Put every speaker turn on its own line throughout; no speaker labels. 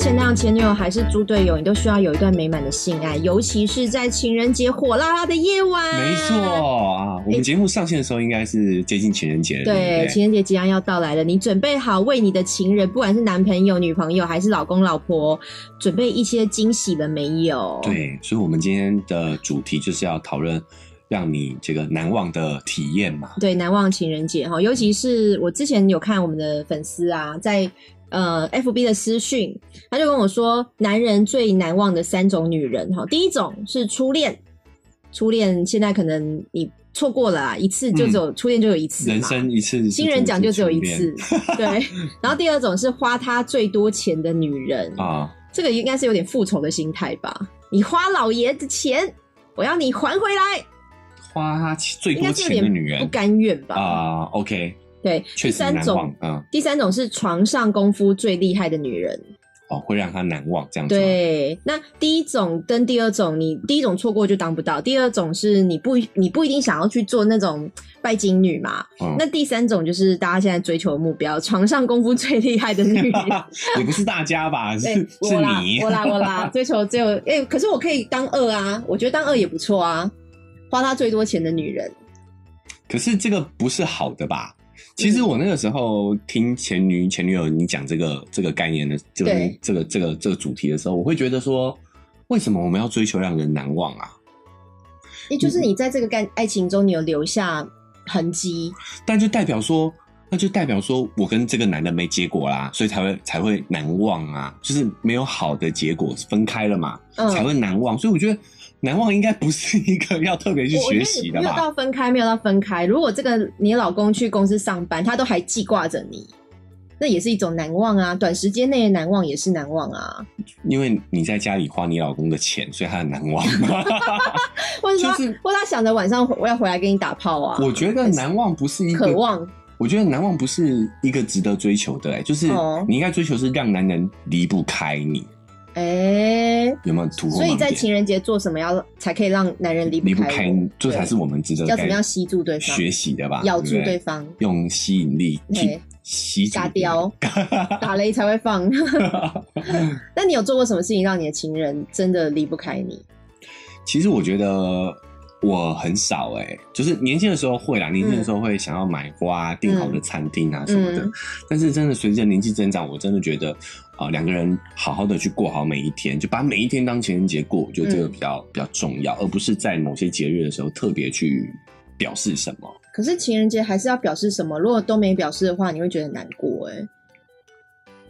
现那样前女友还是猪队友，你都需要有一段美满的性爱，尤其是在情人节火辣辣的夜晚。
没错啊，我们节目上线的时候应该是接近情人节了，对
对，
不对，
情人节即将要到来了，你准备好为你的情人，不管是男朋友、女朋友还是老公、老婆，准备一些惊喜了没有？，
对，所以我们今天的主题就是要讨论让你这个难忘的体验嘛。
对，难忘情人节哈，尤其是我之前有看我们的粉丝啊，在呃 FB 的私讯，他就跟我说，男人最难忘的三种女人哈，第一种是初恋，初恋现在可能你错过了啊，一次就只有、初恋就有一次嘛，
嗯人生一次，
新人奖就只有一次，对。然后第二种是花他最多钱的女人，
啊，
这个应该是有点复仇的心态吧？你花老爷的钱，我要你还回来，
花他最
应
多
该是有
钱的女
点不
人
甘愿吧？
啊，OK，
对，
确
第
实
三
难忘
种，
啊，
第三种是床上功夫最厉害的女人。
哦，会让他难忘这样子。，
对，那第一种跟第二种，你第一种错过就当不到，第二种是你不你不一定想要去做那种拜金女嘛。
嗯
那第三种就是大家现在追求的目标，床上功夫最厉害的女人。
也不是大家吧，是
对，
是
我啦
你，
我啦，我 啦，追求只有哎、可是我可以当二啊，我觉得当二也不错啊，花她最多钱的女人，
可是这个不是好的
嗯
吧？其实我那个时候听前女前女友你讲这个这个概念的，就是
对
这个这个这个主题的时候，我会觉得说，为什么我们要追求让人难忘啊？
也哎就是你在这个干爱情中，你有留下痕迹，
但就代表说，那就代表说我跟这个男的没结果啦，所以才会才会难忘啊，就是没有好的结果，分开了嘛，
嗯，
才会难忘。所以我觉得难忘应该不是一个要特别去
我我觉
学
得
习
你
的
没有
吧？
到分开，没有到分开。如果这个你老公去公司上班，他都还记挂着你，那也是一种难忘啊。短时间内的难忘也是难忘啊。
因为你在家里花你老公的钱，所以他很难忘。
或者说他，
就是
或者他想着晚上我要回来跟你打炮啊。
我觉得难忘不是一个
渴望，
我觉得难忘不是一个值得追求的、欸，就是
哦
你应该追求是让男人离不开你，
哎、
有没有突破盲
所
点？
以在情人节做什么要才可以让男人离
离
不
不
开
开
我？，
这才是我们值得
要怎
该
么样吸住对方，
学习的吧，
咬住
对不
对方，
用吸引力去
对哦
吸住
炸
别人。
雕，打雷才会放。 那你有做过什么事情让你的情人真的离不开你？
其实我觉得我很少哎、就是年轻的时候会啦，年轻的时候会想要买花、订好的餐厅啊什么的。
嗯嗯
但是真的随着年纪增长，我真的觉得啊，呃两、个人好好的去过好每一天，就把每一天当情人节过，我觉得这个比
嗯
较、比较重要，而不是在某些节日的时候特别去表示什么。
可是情人节还是要表示什么？如果都没表示的话，你会觉得很难过哎、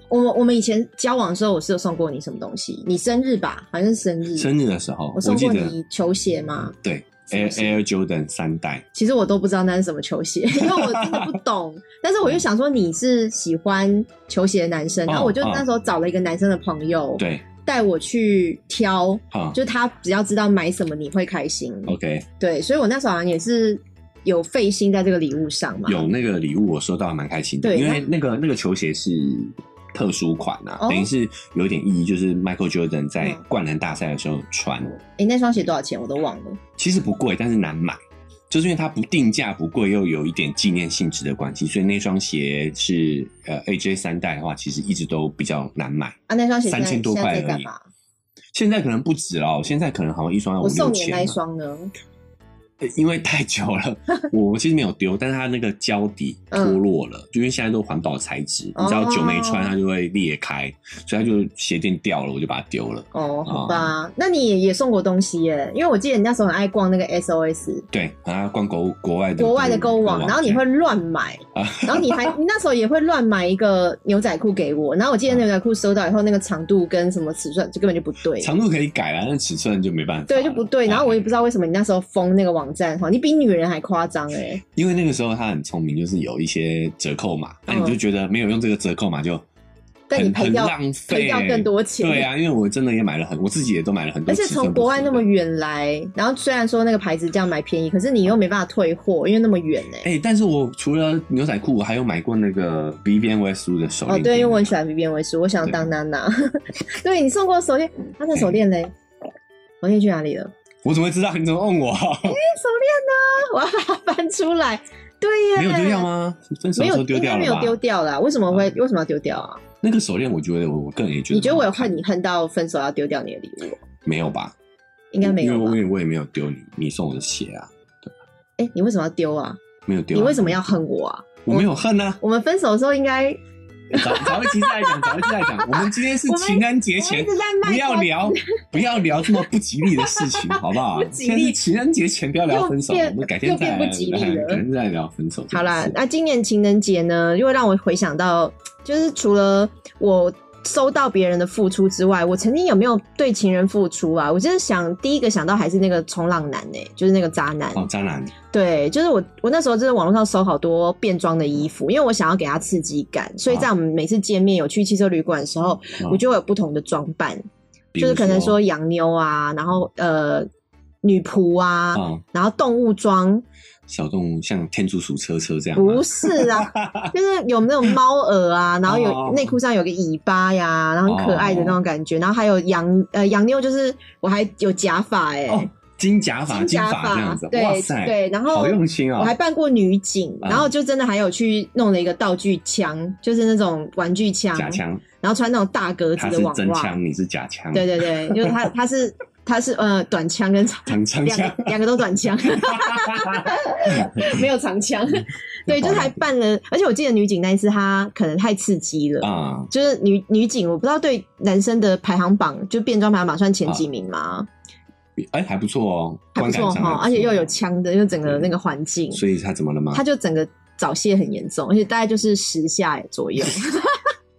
我们我们以前交往的时候，我是有送过你什么东西？你生日吧，好像是生日。
生日的时候，
嗯我
我
送
记
过
得
你球鞋吗？
对
什么
Air
鞋
Air Jordan 三代，
其实我都不知道那是什么球鞋，因为我真的不懂。但是我就想说你是喜欢球鞋的男生，
哦
然后我就
哦
那时候找了一个男生的朋友，
对
带我去挑，
啊、
就他只要知道买什么你会开心。
o k
对，所以我那时候好像也是有费心在这个礼物上嘛。
有那个礼物，我收到蛮开心的，
对
因为那个那个球鞋是特殊款啊，
哦
等于是有点意义，就是 Michael Jordan 在
嗯
灌篮大赛的时候穿，
哎、那双鞋多少钱我都忘了。
其实不贵，但是难买。就是因为它不定价不贵，又有一点纪念性质的关系，所以那双鞋是呃 AJ 三代的话，其实一直都比较难买，
啊，那双鞋现
三
在
千多
现
块
在在
而
干
已
嘛？。
现在可能不止了，现在可能好像一双要五
我
六
送你的
千啊
那
了
一。双呢？
呃因为太久了， 我其实没有丢，但是它那个胶底脱落了，就因为现在都环保材质，你知道
嗯哦
久没穿它就会裂开，所以它就鞋垫掉了，我就把它丢了。
哦，好吧，那你也也送过东西耶，因为我记得你那时候很爱逛那个 SOS
对，然后逛国国外的
国外的购物网，然后你会乱买，
啊
然后你 还你那时候也会乱买一个牛仔裤给我，然后我
啊
记得那牛仔裤收到以后，那个长度跟什么尺寸就根本就不对
对。长啊度可以改了，啊但尺寸就没办法了，
对，就不对。然后我也不
知
知道为什么你那时候封那个网站哈，你比女人还夸张哎！
因为那个时候他很聪明，就是有一些折扣码，那、你就觉得没有用这个折扣码就
嗯但你
很
赔
很
掉
浪费，
赔掉更多钱，
对啊，因为我真的也买了很，我自己也都买了很多，
而且从国外那么。远来，然后虽然说那个牌子这样买便宜，可是你又没办法退货，因为那么远呢、
哎、但是我除了牛仔裤，我还有买过那个 Vivian Westwood 的手
哦，
链。
对，因为我很喜欢 v i v i n 我想当娜娜。 对你送过手链，他、那手链嘞？手链去哪里了？
我怎么会知道？你怎么问我？
哎、手链呢？ 我要把它翻出来。对呀，啊
没有丢掉？吗？分手
没
的
有，
时候丢
应
掉
该
了吧？
没有丢掉啦。为什么会？为什么要丢掉啊？
那个手链，我觉得我我个人也觉得，
你觉得我有恨你恨到分手要丢掉你的礼物？
没有吧？
应该没有
因为
吧
我？也我也没有丢你你送我的鞋啊，
哎、你为什么要丢啊？
没有丢啊、
你为什么要恨我啊？
我没有恨啊，
我们分手的时候应该
早早一期再来讲，早一期再来讲。我们今天是情人节
我们
前
一，直在卖
不要
关
聊，不要聊这么不吉利的事情，好不好
不？吉利
现在是情人节前，不要聊分手，
又
我
变
们改天再来，
又变不吉利了
改天再来聊分手这件事。
好啦，那今年情人节呢，又让我回想到，就是除了我收到别人的付出之外，我曾经有没有对情人付出啊？我就是想，第一个想到还是那个冲浪男呢、就是那个渣男。
哦，渣男，
对，就是我，我那时候就是网络上搜好多变装的衣服，因为我想要给他刺激感，所以在我们每次见面有去汽车旅馆的时候，
哦
我就会有不同的装扮，
比
就
如
是可能说洋妞啊，然后呃女仆啊，
啊，
然后动物装，
小动物像天竺鼠车车这样吗，
不是 啊，就是有那种猫耳啊，然后
哦
有内裤上有个尾巴呀，然后很可爱的那种感觉，然后还有羊呃羊妞，就是我还有假发哎、
哦，金假发，金
假
发这样子，哇
对
塞，
对，然后
好用心
我
啊
还！扮过女警，
啊
然后就真的还有去弄了一个道具枪，就是那种玩具枪，
假枪，
然后穿那种大格子
他
的
是
网
真
袜，
枪，你是假枪，
对对对，就是他他是他是呃短枪跟长
长枪
两
枪
个。两个都短枪。 没有长枪，
嗯
对，就是还办了，而且我记得女警那一次，她可能太刺激了，
啊，
就是女女警，我不知道对男生的排行榜，就变装排行榜算前几名吗？
哎，还不错哦，
还不
观感
错
上还
哈，
不
而且又有
错哦
枪的，又整个那个环境，
所以他怎么了吗
她？就整个早泄很严重，而且大概就是十下左右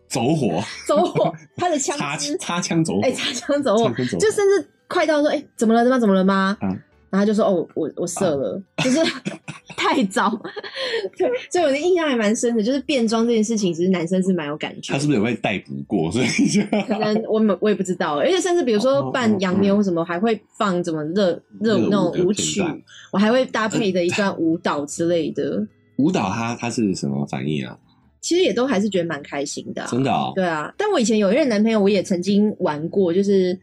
走火，
走火，她的枪
擦
支，
擦枪走火
哎，，擦枪走火
擦，枪走火，
就甚至快到说，哎、怎么了？怎么了怎么了吗？
啊
然后他就说，哦，我我我射了，就是 太早。 对，所以我的印象还蛮深的，就是变装这件事情，其实男生是蛮有感觉
他
的。
是不是有被逮捕过？所以就
可能我们我也不知道，而且甚至比如说
哦
扮
哦
洋妞什么，还会放怎么热 热舞那种舞曲
热的片段，
我还会搭配的一段舞蹈之类的，
舞蹈他他是什么反应啊？
其实也都还是觉得蛮开心的啊、
真的哦，
对啊，但我以前有一任男朋友，我也曾经玩过，就是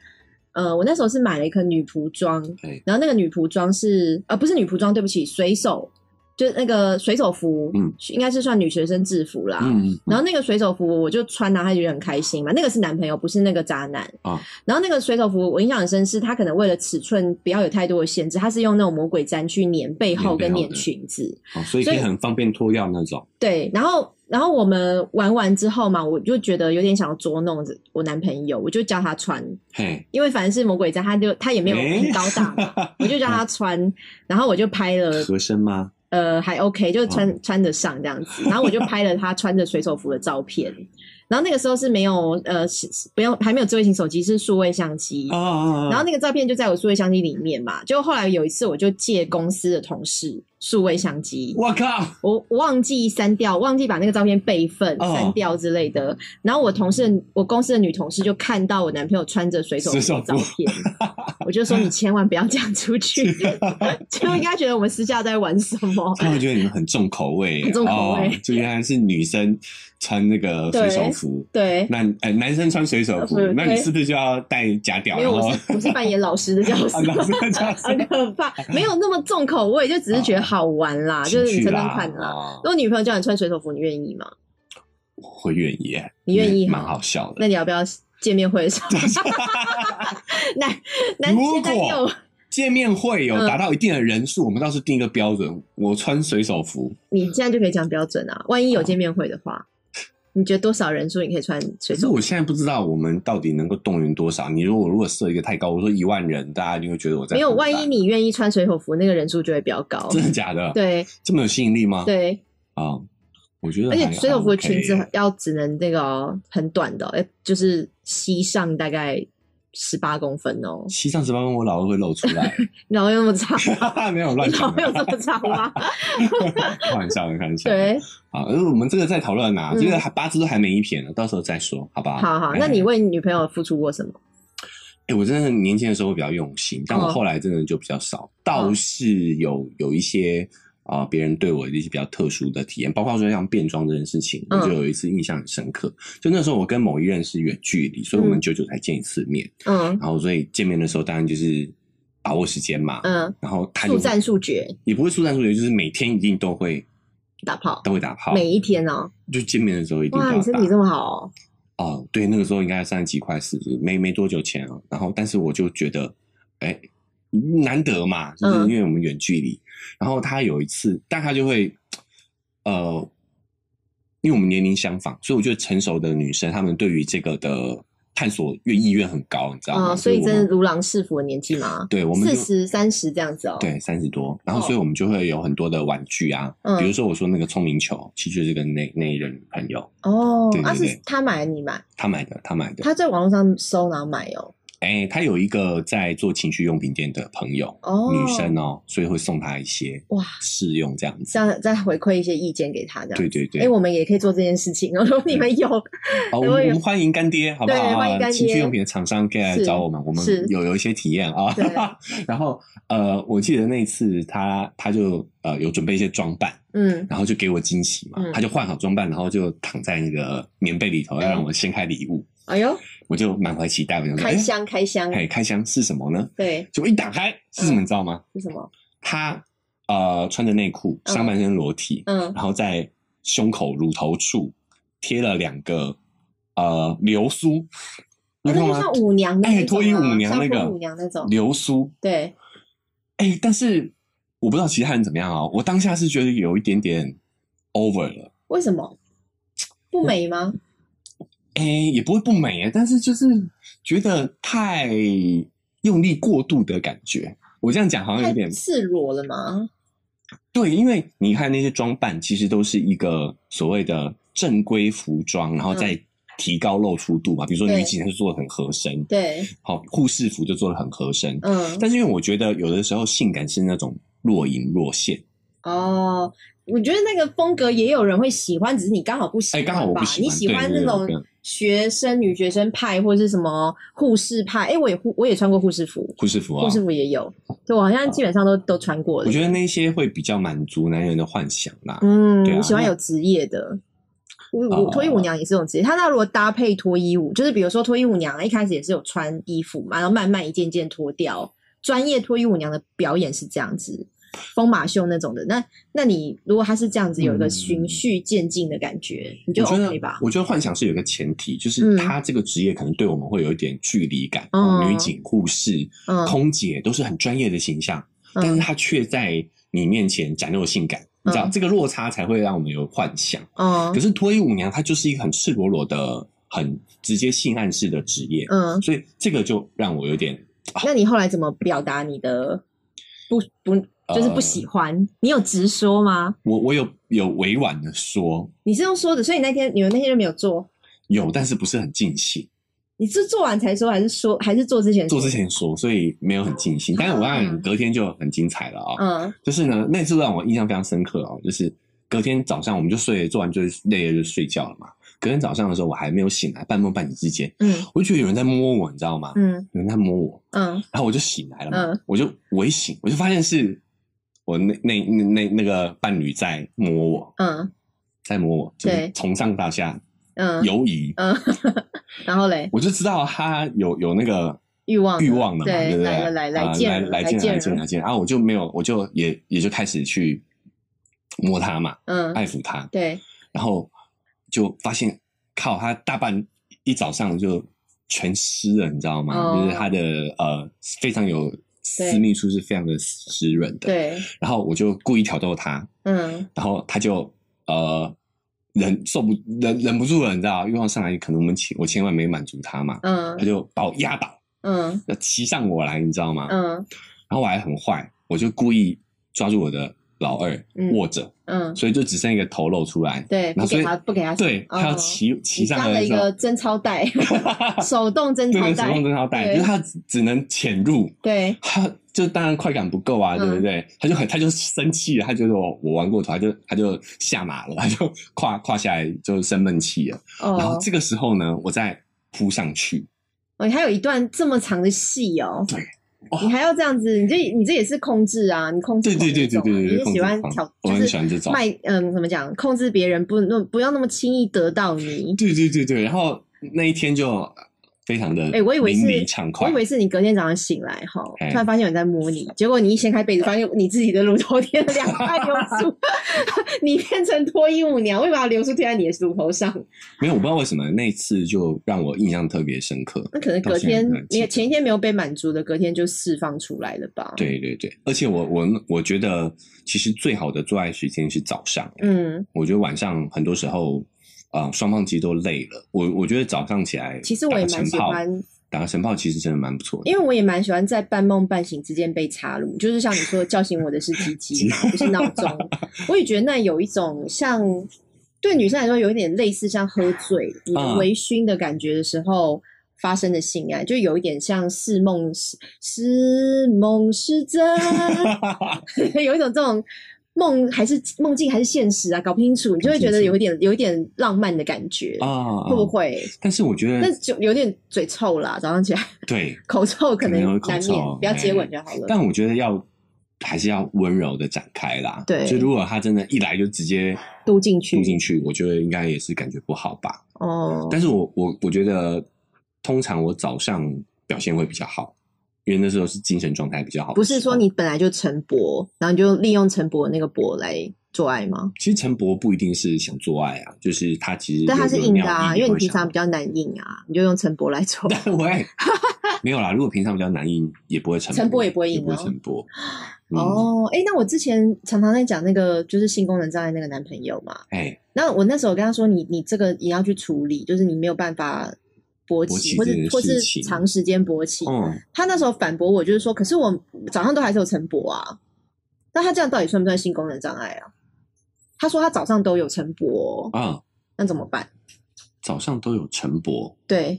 呃，我那时候是买了一颗女仆装
对，
然后那个女仆装是呃不是女仆装，对不起，水手就是那个水手服，
嗯，
应该是算女学生制服啦。
嗯，
啊然后那个水手服我就穿了、他觉得很开心嘛。那个是男朋友，不是那个渣男
啊
然后那个水手服我印象很深，是他可能为了尺寸不要有太多的限制，他是用那种魔鬼毡去粘背后
粘背
跟
后
粘
的
裙子。
哦所以可以很方便脱掉那种，
对，然后然后我们玩完之后嘛，我就觉得有点想要捉弄着我男朋友，我就叫他穿，
嘿，
因为反正是魔鬼毡，他就他也没有
诶
很高大嘛，我就叫他穿，然后我就拍了，
合身吗？
呃，还 OK，就穿、穿得上这样子，然后我就拍了他穿着水手服的照片，然后那个时候是没有呃，是是不用还没有智慧型手机，是数位相机。
啊啊啊！
然后那个照片就在我数位相机里面嘛，就后来有一次我就借公司的同事数位相机，
我靠，
我我忘记删掉，忘记把那个照片备份、
哦
删掉之类的。然后我同事的，我公司的女同事就看到我男朋友穿着水手服
水手
的
服
照片，我就说你千万不要讲出 去，就应该觉得我们私下在玩什么。
他们觉得你们很重口味，
很重口味
哦就原来是女生穿那个水手服。
对，
那呃，男生穿水手服
呃，不
那你
对
是不是就要戴假屌？
因为
然后
我
啊，
是我是扮演老师的角 色。
男生 这样子
很可怕，没有那么重口味，就只是觉得好玩啦，就是你
情
称
趣
称
啦
看啦。
哦
如果女朋友叫你穿水手服，你愿意吗？
我会愿意，
你愿意
蛮好笑的。
那你要不要见面会的 时候？ 男男
如
现在
果
有
见面会有
嗯
达到一定的人数，我们倒是定一个标准。我穿水手服，
你现在就可以讲标准啊。万一有见面会的话，你觉得多少人数你可以穿水
嗯可是
手？
我现在不知道我们到底能够动员多少。你如果如果设一个太高，我说一万人，大家就会觉得我在
没有，
混蛋
万一你愿意穿水手服，那个人数就会比较高。
真的假的？，
对
这么有吸引力吗？
对，
啊，我觉得
而且
还
水手服的
还
裙
OK
子要只能那个哦很短的哦，哎，就是膝上大概十八公分哦。
西藏十八分我老二会露出来，
你老有那么长吗？
没有乱
你
讲啊
老
的，
有这么长吗？
开玩笑的，开玩笑的。
对，
啊，因为我们这个在讨论啊，
嗯
这个还八字都还没一撇呢，到时候再说，好不好？
好好，那
哎
你为你女朋友付出过什么？
哎、我真的年轻的时候会比较用心，但我
哦
后来真的就比较少，倒是有有一些啊，别、人对我的一些比较特殊的体验，包括说像变装这件事情，
嗯
我就有一次印象很深刻。就那时候我跟某一任是远距离，所以我们
嗯
久久才见一次面，
嗯
然后所以见面的时候当然就是把握时间嘛，
嗯，
然后他
速
就
战速决，
也不会速战速决，就是每天一定都会
打炮，
都会打炮，
每一天哦。
就见面的时候一定都
哇，你
要
身
打
体。这么好哦，
哦，对，那个时候应该三十几块四，没没多久前啊。然后，但是我就觉得，哎，难得嘛，就是
嗯
因为我们远距离。然后他有一次，但他就会，呃，因为我们年龄相仿，所以我觉得成熟的女生她们对于这个的探索愿意愿很高，你知道吗？
哦，所以
我们
真的如狼似虎的年纪嘛，
对我们
四
就
十三十这样子哦。，
对，三十多，然后
哦
所以我们就会有很多的玩具啊，
嗯
比如说我说那个聪明球，其实就是跟那那一任朋友
哦
对，对
啊
对
是他买你买，
他买的，他买的，
他在网络上搜然后买哦。
哎、他有一个在做情趣用品店的朋友，
哦，
女生哦，所以会送她一些
哇，
试用这样子
这，样再回馈一些意见给他这样。
对对对，
哎、我们也可以做这件事情哦。如果你们 有，
好，我
我
们
有
我们欢迎干爹，好不好
对欢迎
啊？
干爹
情趣用品的厂商可以来
是
找我们，我们
是
有有一些体验啊
对。
然后呃，我记得那一次他他就呃有准备一些装扮，
嗯，
然后就给我惊喜嘛，
嗯
他就换好装扮，然后就躺在那个棉被里头，要让我掀开礼物，
哎呦，
我就满怀期待，我就说
开，箱开箱
哎，哎，开箱是什么呢？
对，
结果一打开是什么，
嗯
你知道吗？
是什么？
他呃穿着内裤，
嗯
上半身裸体，
嗯，
然后在胸口乳头处贴了两个呃流苏，你
哦哎那
知道
就
吗
算？舞娘的那种、
哎，
啊，
脱衣舞娘那
像
个
脱衣舞娘那种，
流苏，
对，
哎，但是我不知道其他人怎么样啊、我当下是觉得有一点点 over 了，
为什么不美吗？
哎，也不会不美哎，但是就是觉得太用力过度的感觉。我这样讲好像有
太
点
赤裸了吗？
对，因为你看那些装扮，其实都是一个所谓的正规服装，然后再提高露出度嘛。比如说
嗯对
女警就做的很合身，
对，
好护士服就做的很合身。
嗯，
但是因为我觉得有的时候性感是那种若隐若现，
哦。我觉得那个风格也有人会喜欢，只是你刚好不喜
哎，
欢吧？
刚好我不喜欢，
你喜欢
对
那种
对对
学生女学生派或者是什么护士派？哎，我也护我也穿过护士服，
护士服啊
护。士服也有，对我好像基本上都都穿过了。
我觉得那些会比较满足男人的幻想啦。
嗯，
对啊
我喜欢
那
有职业的。我我
哦
脱衣舞娘也是这种职业，她那如果搭配脱衣舞，就是比如说脱衣舞娘啊一开始也是有穿衣服嘛，然后慢慢一件件脱掉。专业脱衣舞娘的表演是这样子，疯马秀那种的。那那你如果她是这样子，有一个循序渐进的感觉，你就
嗯我觉
OK
得
吧，？
我觉得幻想是有一个前提，
嗯
就是他这个职业可能对我们会有一点距离感。哦
嗯
女警、护士、
嗯
空姐都是很专业的形象，但是
嗯
他却在你面前展露性感，你知道
嗯
这个落差才会让我们有幻想。可
嗯
是脱衣舞娘她就是一个很赤裸裸的、很直接性暗示的职业，
嗯，
所以这个就让我有点
那你后来怎么表达你的不不就是
呃
不喜欢？你有直说吗？
我我有有委婉的说
你是用说的，所以你那天你们那天就没有做。
有，但是不是很尽兴，
你是做完才说，还是说还是做之前说
做之，前说，所以没有很尽兴。但是我让你隔天就很精彩了啊、
嗯
就是呢，那次让我印象非常深刻哦，就是隔天早上我们就睡，做完就累了就睡觉了嘛。隔天早上的时候我还没有醒来，半梦半醒之间，
嗯
我就觉得有人在摸我，你知道吗？
嗯
有人在摸我，
嗯
然后我就醒来了嘛，
嗯
我就我一醒，我就发现是我那那那那那个伴侣在摸我，
嗯
在摸我，就是
对
从上到下
嗯，
游移，
嗯，然后嘞，
我就知道他有有那个
欲望
欲望了嘛，
对
不对？
来了来来
啊
见
来
了
来
来
见
见
来见
了
来见，然后我就没有，我就也也就开始去摸他嘛，
嗯，
爱抚他，
对，
然后就发现靠他大半一早上就全湿了，你知道吗？
哦
就是他的呃非常有私密处是非常的湿润的。。
对，
然后我就故意挑逗他，
嗯
然后他就呃忍受不忍忍不住了，你知道，欲望上来，可能我们千我千万没满足他嘛，他
嗯
就把我压倒，
嗯
要骑上我来，你知道吗？
嗯
然后我还很坏，我就故意抓住我的老二
嗯
握着，
嗯，
所以就只剩一个头露出来。
对，
然
不
后所
给
以
他不给他，
对，
哦
他要骑骑
你
上
当
来
了
的
一
时候
个，贞操带， 手动贞
对
操
对，手
带
动，贞操带，
对
就是他只只能潜入，
对，
他就当然快感不够啊，
嗯
对不对？他就很他就生气了，他觉得我我玩过头，他就他就下马了，他就跨跨下来就生闷气了。然后
哦，
这个时候呢，我再扑上去，
哦，你还有一段这么长的戏哦，
对哦
你还要这样子，你这你这也是控制啊，你控制
对
狂
对对
那
对
种啊，
对对
你
对，
是喜欢
控制
挑，
我
就
很
是
喜欢这种，
卖嗯，怎么讲？控制别人不那不要那么轻易得到你。
对对对对。然后那一天就非常的
哎我以为是
淋漓畅
我
快
以。为是你隔天早上醒来哈，
哎
突然发现有人在摸你，结果你一掀开被子，发现你自己的乳头贴了两块 流苏，你变成脱衣舞娘，为什么要流苏贴在你的乳头上？
没有，我不知道为什么那次就让我印象特别深刻。
那可能
到
隔
现在
天
都还记
你
得
前一天没有被满足的，隔天就释放出来了吧？，
对对对，而且我我我觉得，其实最好的做爱时间是早上。
嗯，
我觉得晚上很多时候，啊、双方其实都累了。我我觉得早上起来，
其实我也蛮喜欢，
打个晨炮其实真的蛮不错的。
因为我也蛮喜欢在半梦半醒之间被插入，就是像你说的叫醒我的是鸡鸡嘛，不是闹钟。我也觉得那有一种像对女生来说有一点类似像喝醉、你的
嗯
微醺的感觉的时候。发生的性爱就有一点像似梦是是梦是真，有一种这种梦还是梦境还是现实啊，搞不清楚，你就会觉得有一点有一点浪漫的感觉，
啊，
会不会？
但是我觉
那
得
就有点嘴臭啦，早上起来
对，
口臭可能
可能会口
难免
臭，
不要接吻就好了。
但我觉得要还是要温柔的展开啦。
对
就如果他真的一来就直接
嘟进去
住进去，我觉得应该也是感觉不好吧。
哦，
但是我我我觉得，通常我早上表现会比较好，因为那时候是精神状态比较好的时候。
不是说你本来就晨勃，然后你就利用晨勃那个勃来做爱吗？
其实陈伯不一定是想做爱啊，就是他其实
但它
有
是
有
硬的
尿
啊，
意
因为你
会
平
想
常比较难硬啊，你就用晨勃来做。
喂，没有啦，如果平常比较难硬，也不会陈
陈
波
勃也不会硬
也不会
哦
陈波。 嗯，
哦，哎、那我之前常常在讲那个就是性功能障碍那个男朋友嘛，
哎，
那我那时候跟他说你，你这个也要去处理，就是你没有办法勃
勃
起，
起
或
这
者
件
或
事
是
情
长时间勃起。
嗯，
他那时候反驳我，就是说，可是我早上都还是有晨勃啊，那他这样到底算不算性功能障碍啊？他说他早上都有晨勃哦、
啊，
那怎么办？
早上都有晨勃，
对，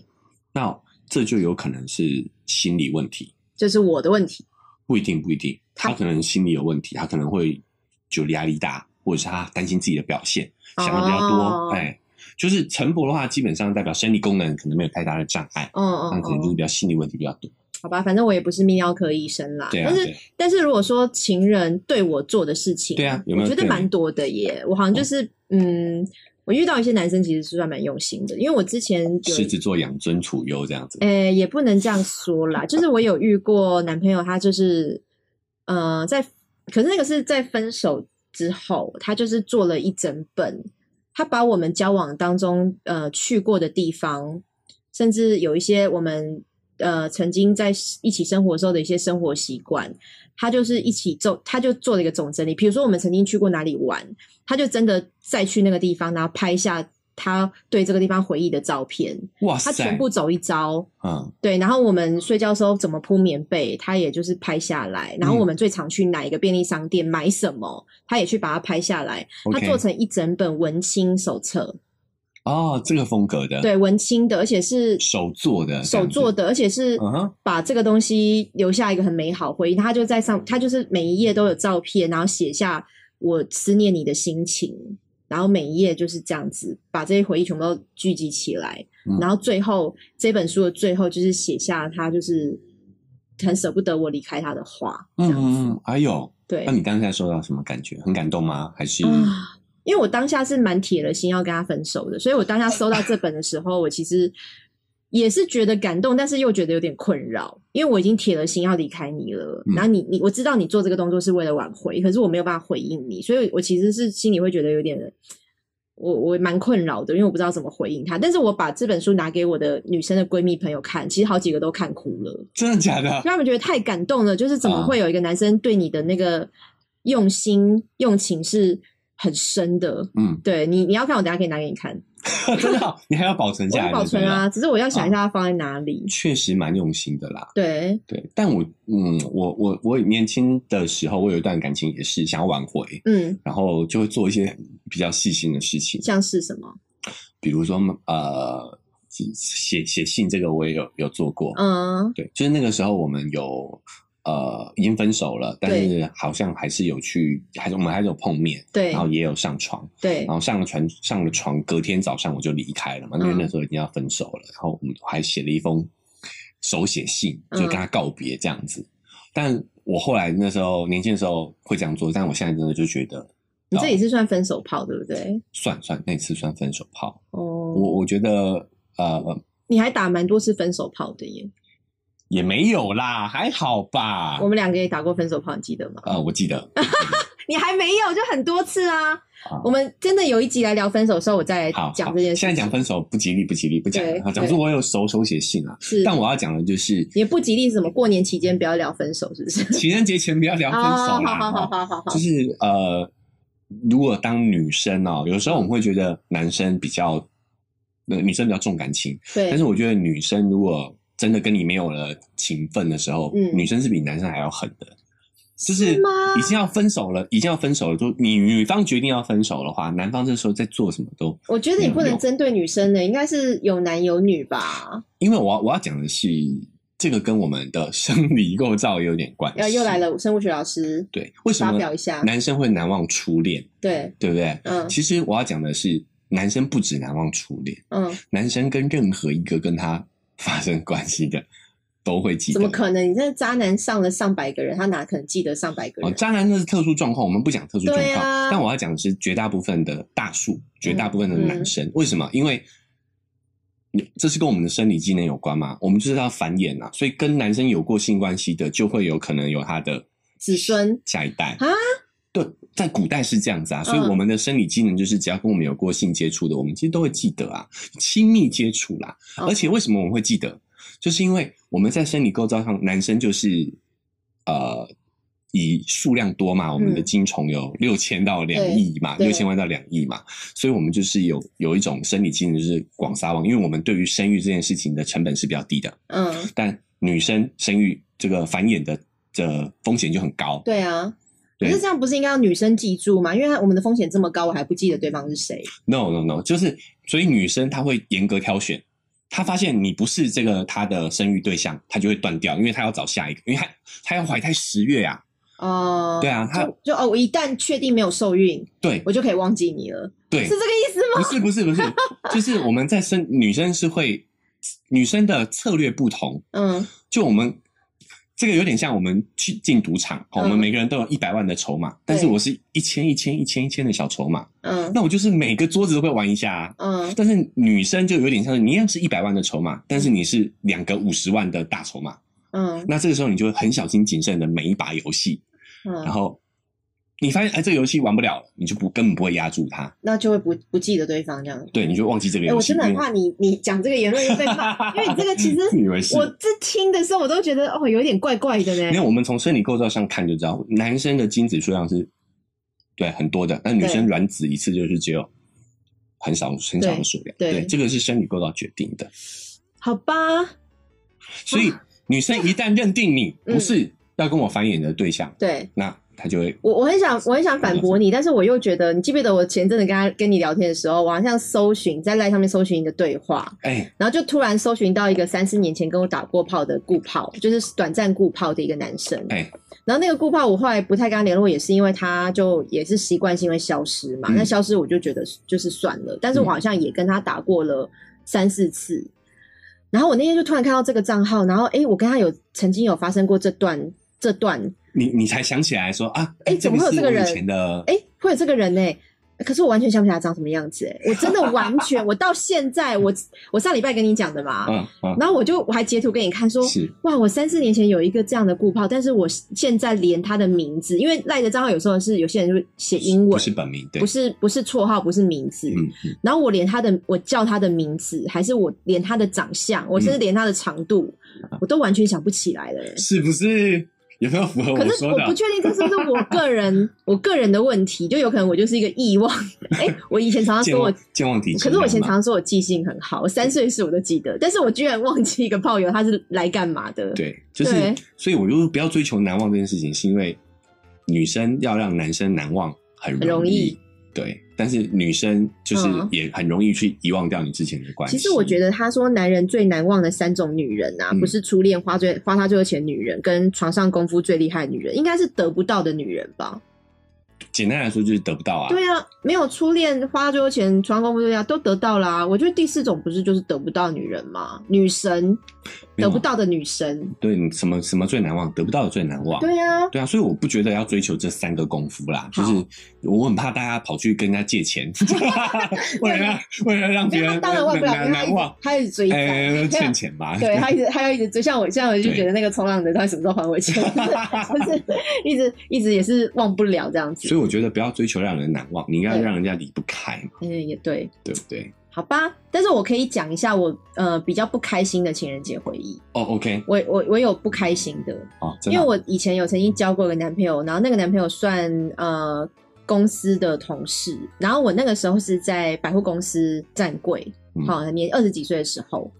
那这就有可能是心理问题，
这是我的问题。
不一定不一定，
他
他可能心理有问题，他可能会就压力大，或者是他担心自己的表现，想的比较
哦
多，哎。就是晨勃的话，基本上代表生理功能可能没有太大的障碍，
嗯嗯
那可能就是
嗯，
比较心理问题比较多。
好吧，反正我也不是泌尿科医生啦。
对啊，
但是
对
但是如果说情人对我做的事情，
对啊有没有
我觉得
对哦
蛮多的耶。我好像就是嗯，我遇到一些男生其实是算蛮用心的，因为我之前有
狮子座养尊处优这样子。
呃，也不能这样说啦，就是我有遇过男朋友，他就是，呃，在，可是那个是在分手之后，他就是做了一整本，他把我们交往当中呃去过的地方，甚至有一些我们呃曾经在一起生活的时候的一些生活习惯，他就是一起做，他就做了一个总整理。比如说我们曾经去过哪里玩，他就真的再去那个地方，然后拍下他对这个地方回忆的照片。
哇
他
塞，
全部走一遭，
嗯，
对，然后我们睡觉的时候怎么铺棉被，他也就是拍下来，然后
嗯
我们最常去哪一个便利商店买什么，他也去把它拍下来，他
OK
做成一整本文青手册，
哦，这个风格的，，
对，文青的，而且是
手做的，
手做
的，
的，而且是
嗯哼，
把这个东西留下一个很美好回忆，他就在上，他就是每一页都有照片，然后写下我思念你的心情，然后每一页就是这样子把这些回忆全部都聚集起来，
嗯
然后最后这本书的最后就是写下他就是很舍不得我离开他的话，这
嗯
样
嗯
子
嗯，还有，
对
那你当下收到什么感觉？很感动吗？还是
啊。因为我当下是蛮铁了心要跟他分手的，所以我当下收到这本的时候，我其实也是觉得感动，但是又觉得有点困扰，因为我已经铁了心要离开你了。
嗯
然后你你我知道你做这个动作是为了挽回，可是我没有办法回应你，所以我其实是心里会觉得有点，我我蛮困扰的，因为我不知道怎么回应他。但是我把这本书拿给我的女生的闺蜜朋友看，其实好几个都看哭了。
真的假的
就？他们觉得太感动了，就是怎么
啊
会有一个男生对你的那个用心用情是很深的？
嗯，
对你，你要看我等下可以拿给你看，
真的哦，你嗯还要保存
我
下来，
要保存
对
啊，
不
只是我要想一下它放在哪里
对，。确实蛮用心的啦。
对，
对，但我，嗯，我我我年轻的时候，我有一段感情也是想要挽回，
嗯，
然后就会做一些比较细心的事情，
像是什么？
比如说呃，写写信这个我也有有做过，
嗯，
对，就是那个时候我们有呃已经分手了，但
对
是好像还是有去，还是我们还是有碰面，
对
然后也有上床，
对
然，后上了床上了床，隔天早上我就离开了嘛，因为
嗯
那时候已经要分手了，然后我们还写了一封手写信，就跟他
嗯
告别这样子。但我后来那时候年轻的时候会这样做，但我现在真的就觉得
你这也是算分手炮对不对？
算算那次算分手炮，
哦，
我我觉得呃，
你还打蛮多次分手炮的耶。
也没有啦，还好吧
我。们两个也打过分手炮，你记得吗？
呃，我记得，
你还没有，就很多次啊
好。
我们真的有一集来聊分手的时候，我再来
好，
讲
好
这件事。
现在讲分手不吉利，不吉利，不讲
对
了。好，
对
讲说我有手手写信啊，
是，
但我要讲的就是
也不吉利，是什么？过年期间不要聊分手，是不是？
情人节前不要聊分 手
哦好
啦。
好好好好好
就，是呃，如果当女生哦，有时候我们会觉得男生比较，呃，女生比较重感情，
对
但是，我觉得女生如果真的跟你没有了情分的时候，
嗯
女生是比男生还要狠的，就是
是吗
已经要分手了，已经要分手了，就你女方决定要分手的话，男方这时候在做什么都，
我觉得你不
没有
能
用
针对女生的，应该是有男有女吧？
因为我要我要讲的是这个跟我们的生理构造有点关
要
系，
又来，了，生物学老师
对，为什
发
么
表一下。
男生会难忘初恋，
对，
对不对？
嗯
其实我要讲的是，男生不止难忘初恋，
嗯，
男生跟任何一个跟他发生关系的都会记得。
怎么可能？你这渣男上了上百个人，他哪可能记得上百个
哦，
人？
渣男那是特殊状况，我们不讲特殊状
对
况。
啊嗯
但我要讲的是绝大部分的大数，绝大部分的男生，为什么？因为这是跟我们的生理机能有关嘛，我们就是要繁衍啊，所以跟男生有过性关系的，就会有可能有他的
子孙
下一代
啊。
对，在古代是这样子啊，所以
嗯
我们的生理机能就是只要跟我们有过性接触的，我们其实都会记得啊，亲密接触啦。
哦
而且为什么我们会记得？就是因为我们在生理构造上，男生就是呃以数量多嘛，我们的精虫有六千到两亿嘛，
嗯对
六千万到两亿嘛，所以我们就是有有一种生理机能就是广撒网，因为我们对于生育这件事情的成本是比较低的，
嗯，
但女生生育这个繁衍的的风险就很高。
对啊。可
对
是这样不是应该要女生记住吗？因为我们的风险这么高，我还不记得对方是谁。
No No No，就是所以女生她会严格挑选，她发现你不是这个她的生育对象，她就会断掉，因为她要找下一个，因为她她要怀胎十月啊，
哦，
对啊她
就就哦，我一旦确定没有受孕，
对
我就可以忘记你了，
对
是，这个意思吗？
不是不是 不是，就是我们在生女生是会女生的策略不同，
嗯
就我们这个有点像我们去进赌场，好我们
嗯
每个人都有一百万的筹码，但是
对
我是一千一千一千一千的小筹码，
嗯
那我就是每个桌子都会玩一下啊，
嗯，
但是女生就有点像是你一样是一百万的筹码，但是你是两个五十万的大筹码，
嗯
那这个时候你就会很小心谨慎的每一把游戏，然
嗯，
后你发现哎这个游戏玩不了了，你就不根本不会压住它，
那就会不不记得对方这样。
对，你就忘记这个
哎、
游
我
戏。
真的很
因为
怕你，你讲这个言论又被骂，因为你这个其实
你以 为是
我这听的时候，我都觉得哦，有点怪怪的
没
呢。
有，我们从生理构造上看就知道，男生的精子数量是对很多的，但女
对
生卵子一次就是只有很少很少的数量，
对对
对，这个是生理构造决定的。
好吧，
所以女生一旦认定你
嗯
不是要跟我繁衍的对象，
对
那她就会
我我很想我很想反驳你，但是我又觉得，你记不记得我前阵子跟他跟你聊天的时候，我好像搜寻在赖上面搜寻你的对话，
哎、
然后就突然搜寻到一个三四年前跟我打过炮的顾炮，就是短暂顾炮的一个男生。
哎
然后那个顾炮，我后来不太跟他联络，也是因为他就也是习惯性会消失嘛。
嗯
那消失我就觉得就是算了，但是我好像也跟他打过了三四次。然后我那天就突然看到这个账号，然后诶，我跟他有曾经有发生过这段这段，
你你才想起来说啊，
哎怎么会有
是
这个
我
人哎
以前的
诶，会有这个人呢、可是我完全想不起来他长什么样子、诶，我真的完全，我到现在，我我上礼拜跟你讲的嘛，
嗯嗯
然后我就我还截图给你看说，
是
哇，我三四年前有一个这样的顾炮，但是我现在连他的名字，因为赖的账号有时候是有些人就会写英文，
不是本名对
不，是不是绰号，不是名字。
嗯嗯
然后我连他的，我叫他的名字，还是我连他的长相，我甚至连他的长度，我都完全想不起来了。
嗯是不是有没有符合
可
我
是
说
我
的
不？确定这是不是我个 人我个人的问题，就有可能我就是一个遗忘。哎、我以前常常
健
说我
忘健忘体质，
可是我以前
你知道
常
吗
常说我记性很好，我三岁时我都记得，但是我居然忘记一个炮友他是来干嘛的。，
对，就是
对
所以我就不要追求难忘这件事情，是因为女生要让男生难忘很
很容易
易，对，但是女生就是
嗯
也很容易去遗忘掉你之前的关系。
其实我觉得他说男人最难忘的三种女人啊，
嗯
不是初恋花最花他最多钱的女人，跟床上功夫最厉害的女人，应该是得不到的女人吧？
简单来说就是得不到啊，
对啊，没有初恋花最多钱，床上功夫最厉害都得到啦、我觉得第四种不是就是得不到的女人吗？女神，得不到的女神。
对你什么什么最难忘，得不到的最难忘。
对呀、啊，
对啊，所以我不觉得要追求这三个功夫啦，就
好
是我很怕大家跑去跟人家借钱， 为了让为了让别
因为他
人
当然忘不了，因
难
为他
难
一
忘
直，他一直追债。
哎，欠钱吧，
对他一直，他要一直追，像我，像我就觉得那个冲浪的，他什么时候还我钱？ 就是一直一直也是忘不了这样子。
所以我觉得不要追求让人难忘，你应该
对
让人家离不开嘛，
嗯，也对，
对不对？
好吧。但是我可以讲一下我呃比较不开心的情人节回忆。
哦，OK，
我我我有不开心的，
哦，真
因
的
为
啊，
我以前有曾经交过一个男朋友，然后那个男朋友算呃公司的同事，然后我那个时候是在百货公司站柜，
嗯
好、年二十几岁的时候，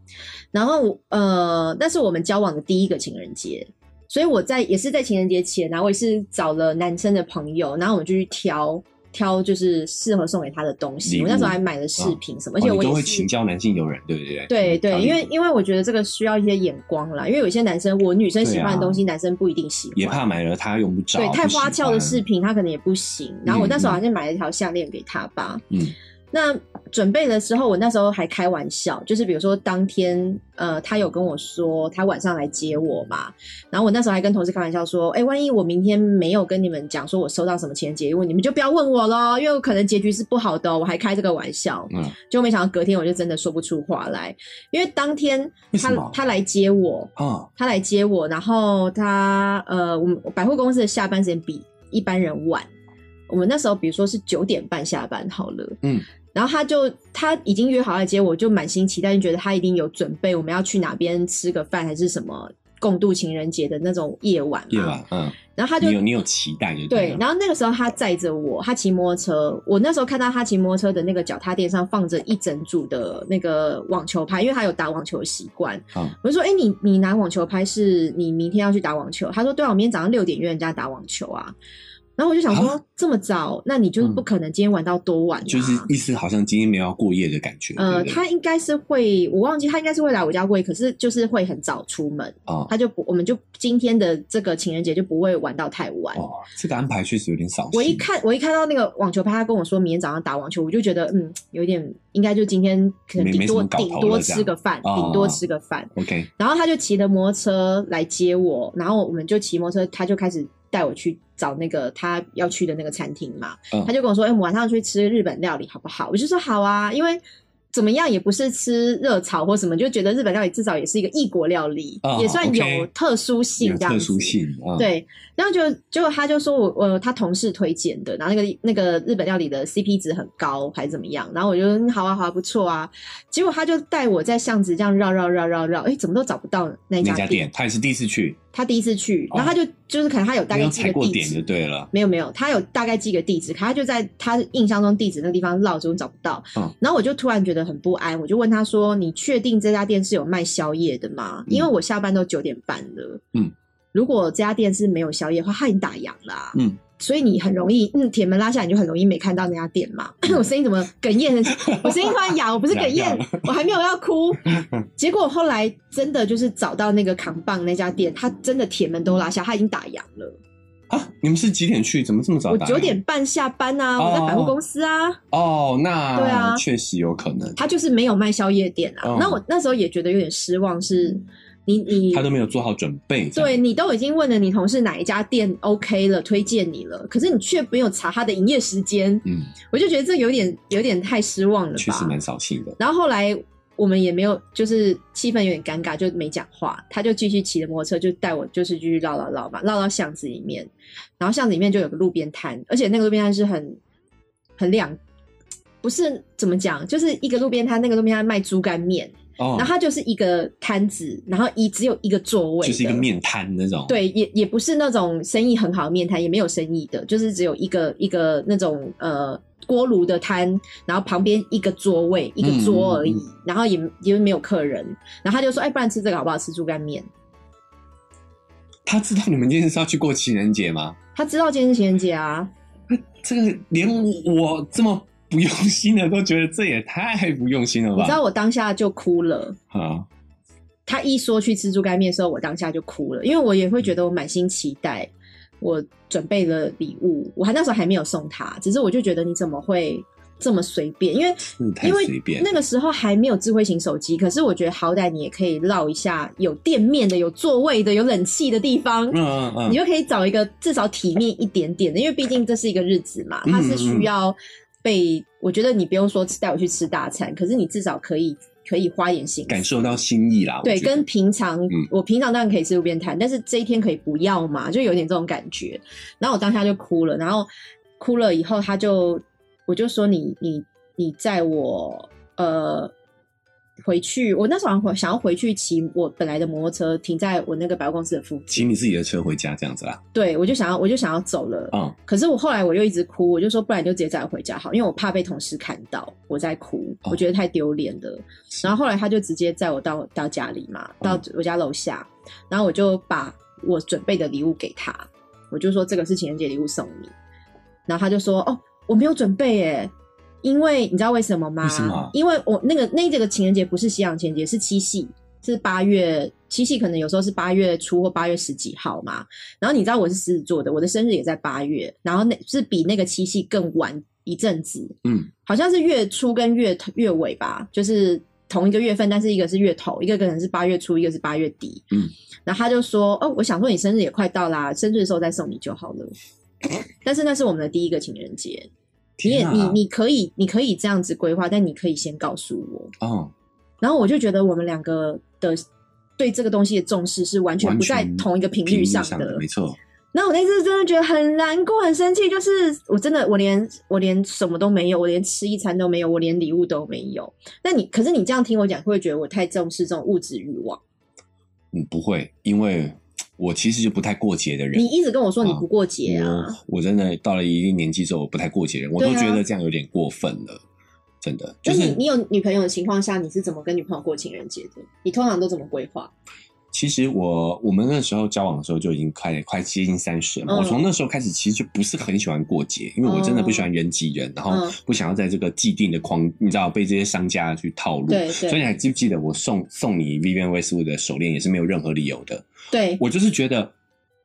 然后我呃，那是我们交往的第一个情人节。所以我在也是在情人节前，然后我也是找了男生的朋友，然后我们就去挑挑就是适合送给他的东西。
礼物
我那时候还买了饰品什么，而且
哦
我
你
也
都会
是
请教男性友人，对不对？
对对，
嗯
因为因为我觉得这个需要一些眼光啦，因为有些男生我女生喜欢的
对啊
东西，男生不一定喜欢。
也怕买了他用不着，
对，太
不喜
花俏的
欢
饰，品他可能也不行。然后我
嗯
那时候好像买了一条项链给他吧。
嗯
那准备的时候，我那时候还开玩笑，就是比如说当天，呃，他有跟我说他晚上来接我嘛，然后我那时候还跟同事开玩笑说，哎、万一我明天没有跟你们讲说我收到什么情人节礼物，你们就不要问我咯，因为我可能结局是不好的哦、我还开这个玩笑，
嗯，
就没想到隔天我就真的说不出话来，因为当天
为
他
什么
他来接我，
哦，
他来接我，然后他呃，我们百货公司的下班时间比一般人晚。我们那时候比如说是九点半下班好了，
嗯，
然后他就他已经约好来接我，就满心期待，就觉得他一定有准备，我们要去哪边吃个饭还是什么共度情人节的那种夜晚嘛。
夜晚，嗯，
然啊后他就
你有你有期待就
对，
了，
然后那个时候他载着我，他骑摩托车，我那时候看到他骑摩托车的那个脚踏垫上放着一整组的那个网球拍，因为他有打网球的习惯。
嗯
我就说：“哎、你你拿网球拍是你明天要去打网球？”他说：“对啊，我明天早上六点约人家打网球啊。”然后我就想说
啊，嗯
这么早，那你就是不可能今天玩到多晚、啊
就是意思好像今天没有要过夜的感觉，
呃，
对不对
他应该是会，我忘记他应该是会来我家过夜，可是就是会很早出门，
哦
他就不，我们就今天的这个情人节就不会玩到太晚。
哦，这个安排确实有点扫兴，
我一看，我一看到那个网球拍，他跟我说明天早上打网球，我就觉得嗯，有点应该就今天可能
没
顶
没什么
多
搞头
顶多
了这样
吃个饭，
哦
顶多吃个饭。
，OK，
然后他就骑着摩托车来接我，然后我们就骑摩托车，他就开始带我去找那个他要去的那个餐厅嘛。
嗯
他就跟我说：“哎、我们晚上去吃日本料理好不好？”我就说：“好啊，因为。”怎么样也不是吃热炒或什么，就觉得日本料理至少也是一个异国料理，
哦
也算有
OK
特殊性
有
这样
特
子。
殊性，嗯，
对，然后就结果他就说我我他同事推荐的，然后那个那个日本料理的 CP 值很高还是怎么样，然后我就嗯好啊好啊不错啊，结果他就带我在巷子这样绕绕绕绕绕，哎怎么都找不到那
那
家
家店他也是第一次去，
他第一次去，然后他
哦
就、就是可能他有大
没
概
有
记
踩
个
过
地
点就
址。
对了，
没有没有，他有大概记个地址，可他就在他印象中地址那个地方绕着，我找不到。
嗯
然后我就突然觉得很不安，我就问他说：“你确定这家店是有卖宵夜的吗？因为我下班都九点半了。
嗯，
如果这家店是没有宵夜的话，他已经打烊啦、
嗯，
所以你很容易，嗯，铁门拉下来，你就很容易没看到那家店嘛。 我声音怎么哽咽？我声音突然哑，我不是哽咽
哑掉，
我还没有要 哭。结果后来真的就是找到那个扛棒那家店，他真的铁门都拉下，他已经打烊了。
啊，你们是几点去？怎么这么早
我
打烊？
九点半下班啊，我在百货公司啊，
哦，那
对啊
确实有可能，
他就是没有卖宵夜店啊。
哦
那我那时候也觉得有点失望是，你你
他都没有做好准备，这
对
样，
你都已经问了你同事哪一家店 OK 了，推荐你了，可是你却没有查他的营业时间，
嗯，
我就觉得这有点有点太失望了
确实
吧。
蛮扫兴的，
然后后来我们也没有，就是气氛有点尴尬，就没讲话。他就继续骑着摩托车，就带我就是继续绕绕绕嘛，绕到巷子里面。然后巷子里面就有个路边摊，而且那个路边摊是很很亮，不是怎么讲，就是一个路边摊，那个路边摊卖猪肝面，
哦
然后，它就是一个摊子，然后一只有一个座位，
就是一个。面瘫那种，，
对，也也不是那种生意很好的面摊，也没有生意的，就是只有一个一个那种呃锅炉的摊，然后旁边一个桌位一个桌而已，
嗯嗯
然后也也没有客人，然后他就说，哎，不然吃这个好不好？吃猪肝面。
他知道你们今天是要去过情人节吗？
他知道今天是情人节啊，
这个连我这么不用心的都觉得这也太不用心了
你
吧？
知道我当下就哭了。
啊，
他一说去吃猪肝面的时候，我当下就哭了，因为我也会觉得我满心期待，我准备了礼物，我还那时候还没有送他，只是我就觉得你怎么会这么随便，因为
真的太
因
随
为
便了
那。个时候还没有智慧型手机，可是我觉得好歹你也可以绕一下有店面的、有座位的、有冷气的地方，
嗯嗯嗯，
你就可以找一个至少体面一点点的，因为毕竟这是一个日子嘛，
嗯
它是需要被。我觉得你不用说带我去吃大餐，可是你至少可以可以花点心思
感受到心意啦。我
对，
觉得
跟平常、
嗯
我平常当然可以吃路边摊，但是这一天可以不要嘛，就有点这种感觉。然后我当下就哭了，然后哭了以后，他就我就说你你你在我呃回去，我那时候好像回想要回去骑我本来的摩托车，停在我那个百货公司的附近，
骑你自己的车回家这样子啦。
对我就想要我就想要走了。
嗯，
可是我后来我又一直哭，我就说不然你就直接载我回家好，因为我怕被同事看到我在哭，
哦
我觉得太丢脸了。然后后来他就直接载我到到家里嘛，
哦
到我家楼下，然后我就把我准备的礼物给他，我就说这个是情人节礼物送你，然后他就说哦我没有准备耶。因为你知道为什么吗？
为什么
因为我那个那这个情人节不是西洋情人节，是七夕，是八月七夕，可能有时候是八月初或八月十几号嘛。然后你知道我是狮子座的，我的生日也在八月，然后那是比那个七夕更晚一阵子，
嗯，
好像是月初跟月头月尾吧，就是同一个月份，但是一个是月头，一个可能是八月初，一个是八月底，
嗯。
然后他就说：“哦，我想说你生日也快到啦，生日的时候再送你就好了。”但是那是我们的第一个情人节，你也
天啊
你你可以你可以这样子规划，但你可以先告诉我。
哦，
然后我就觉得我们两个的对这个东西的重视是完全
完
不在
全
同一个频率上
上的没错。
那我那次真的觉得很难过、很生气，就是我真的我连我连什么都没有，我连吃一餐都没有，我连礼物都没有。那你可是你这样听我讲，会不会觉得我太重视这种物质欲望？
嗯，不会，因为我其实就不太过节的人
你。一直跟我说你不过节啊，
哦我我真的到了一定年纪之后，我不太过节的人，我都
对啊
觉得这样有点过分了，真的。
那
就
你
是
你有女朋友的情况下，你是怎么跟女朋友过情人节的？你通常都怎么规划？
其实我我们那时候交往的时候就已经快快接近三十了嘛，
嗯
我从那时候开始其实就不是很喜欢过节，因为我真的不喜欢人挤人，然后
嗯
不想要在这个既定的框，你知道被这些商家去套路。
对
所以
对
你还记不记得我送送你 Vivian Westwood 的手链也是没有任何理由的，
对，
我就是觉得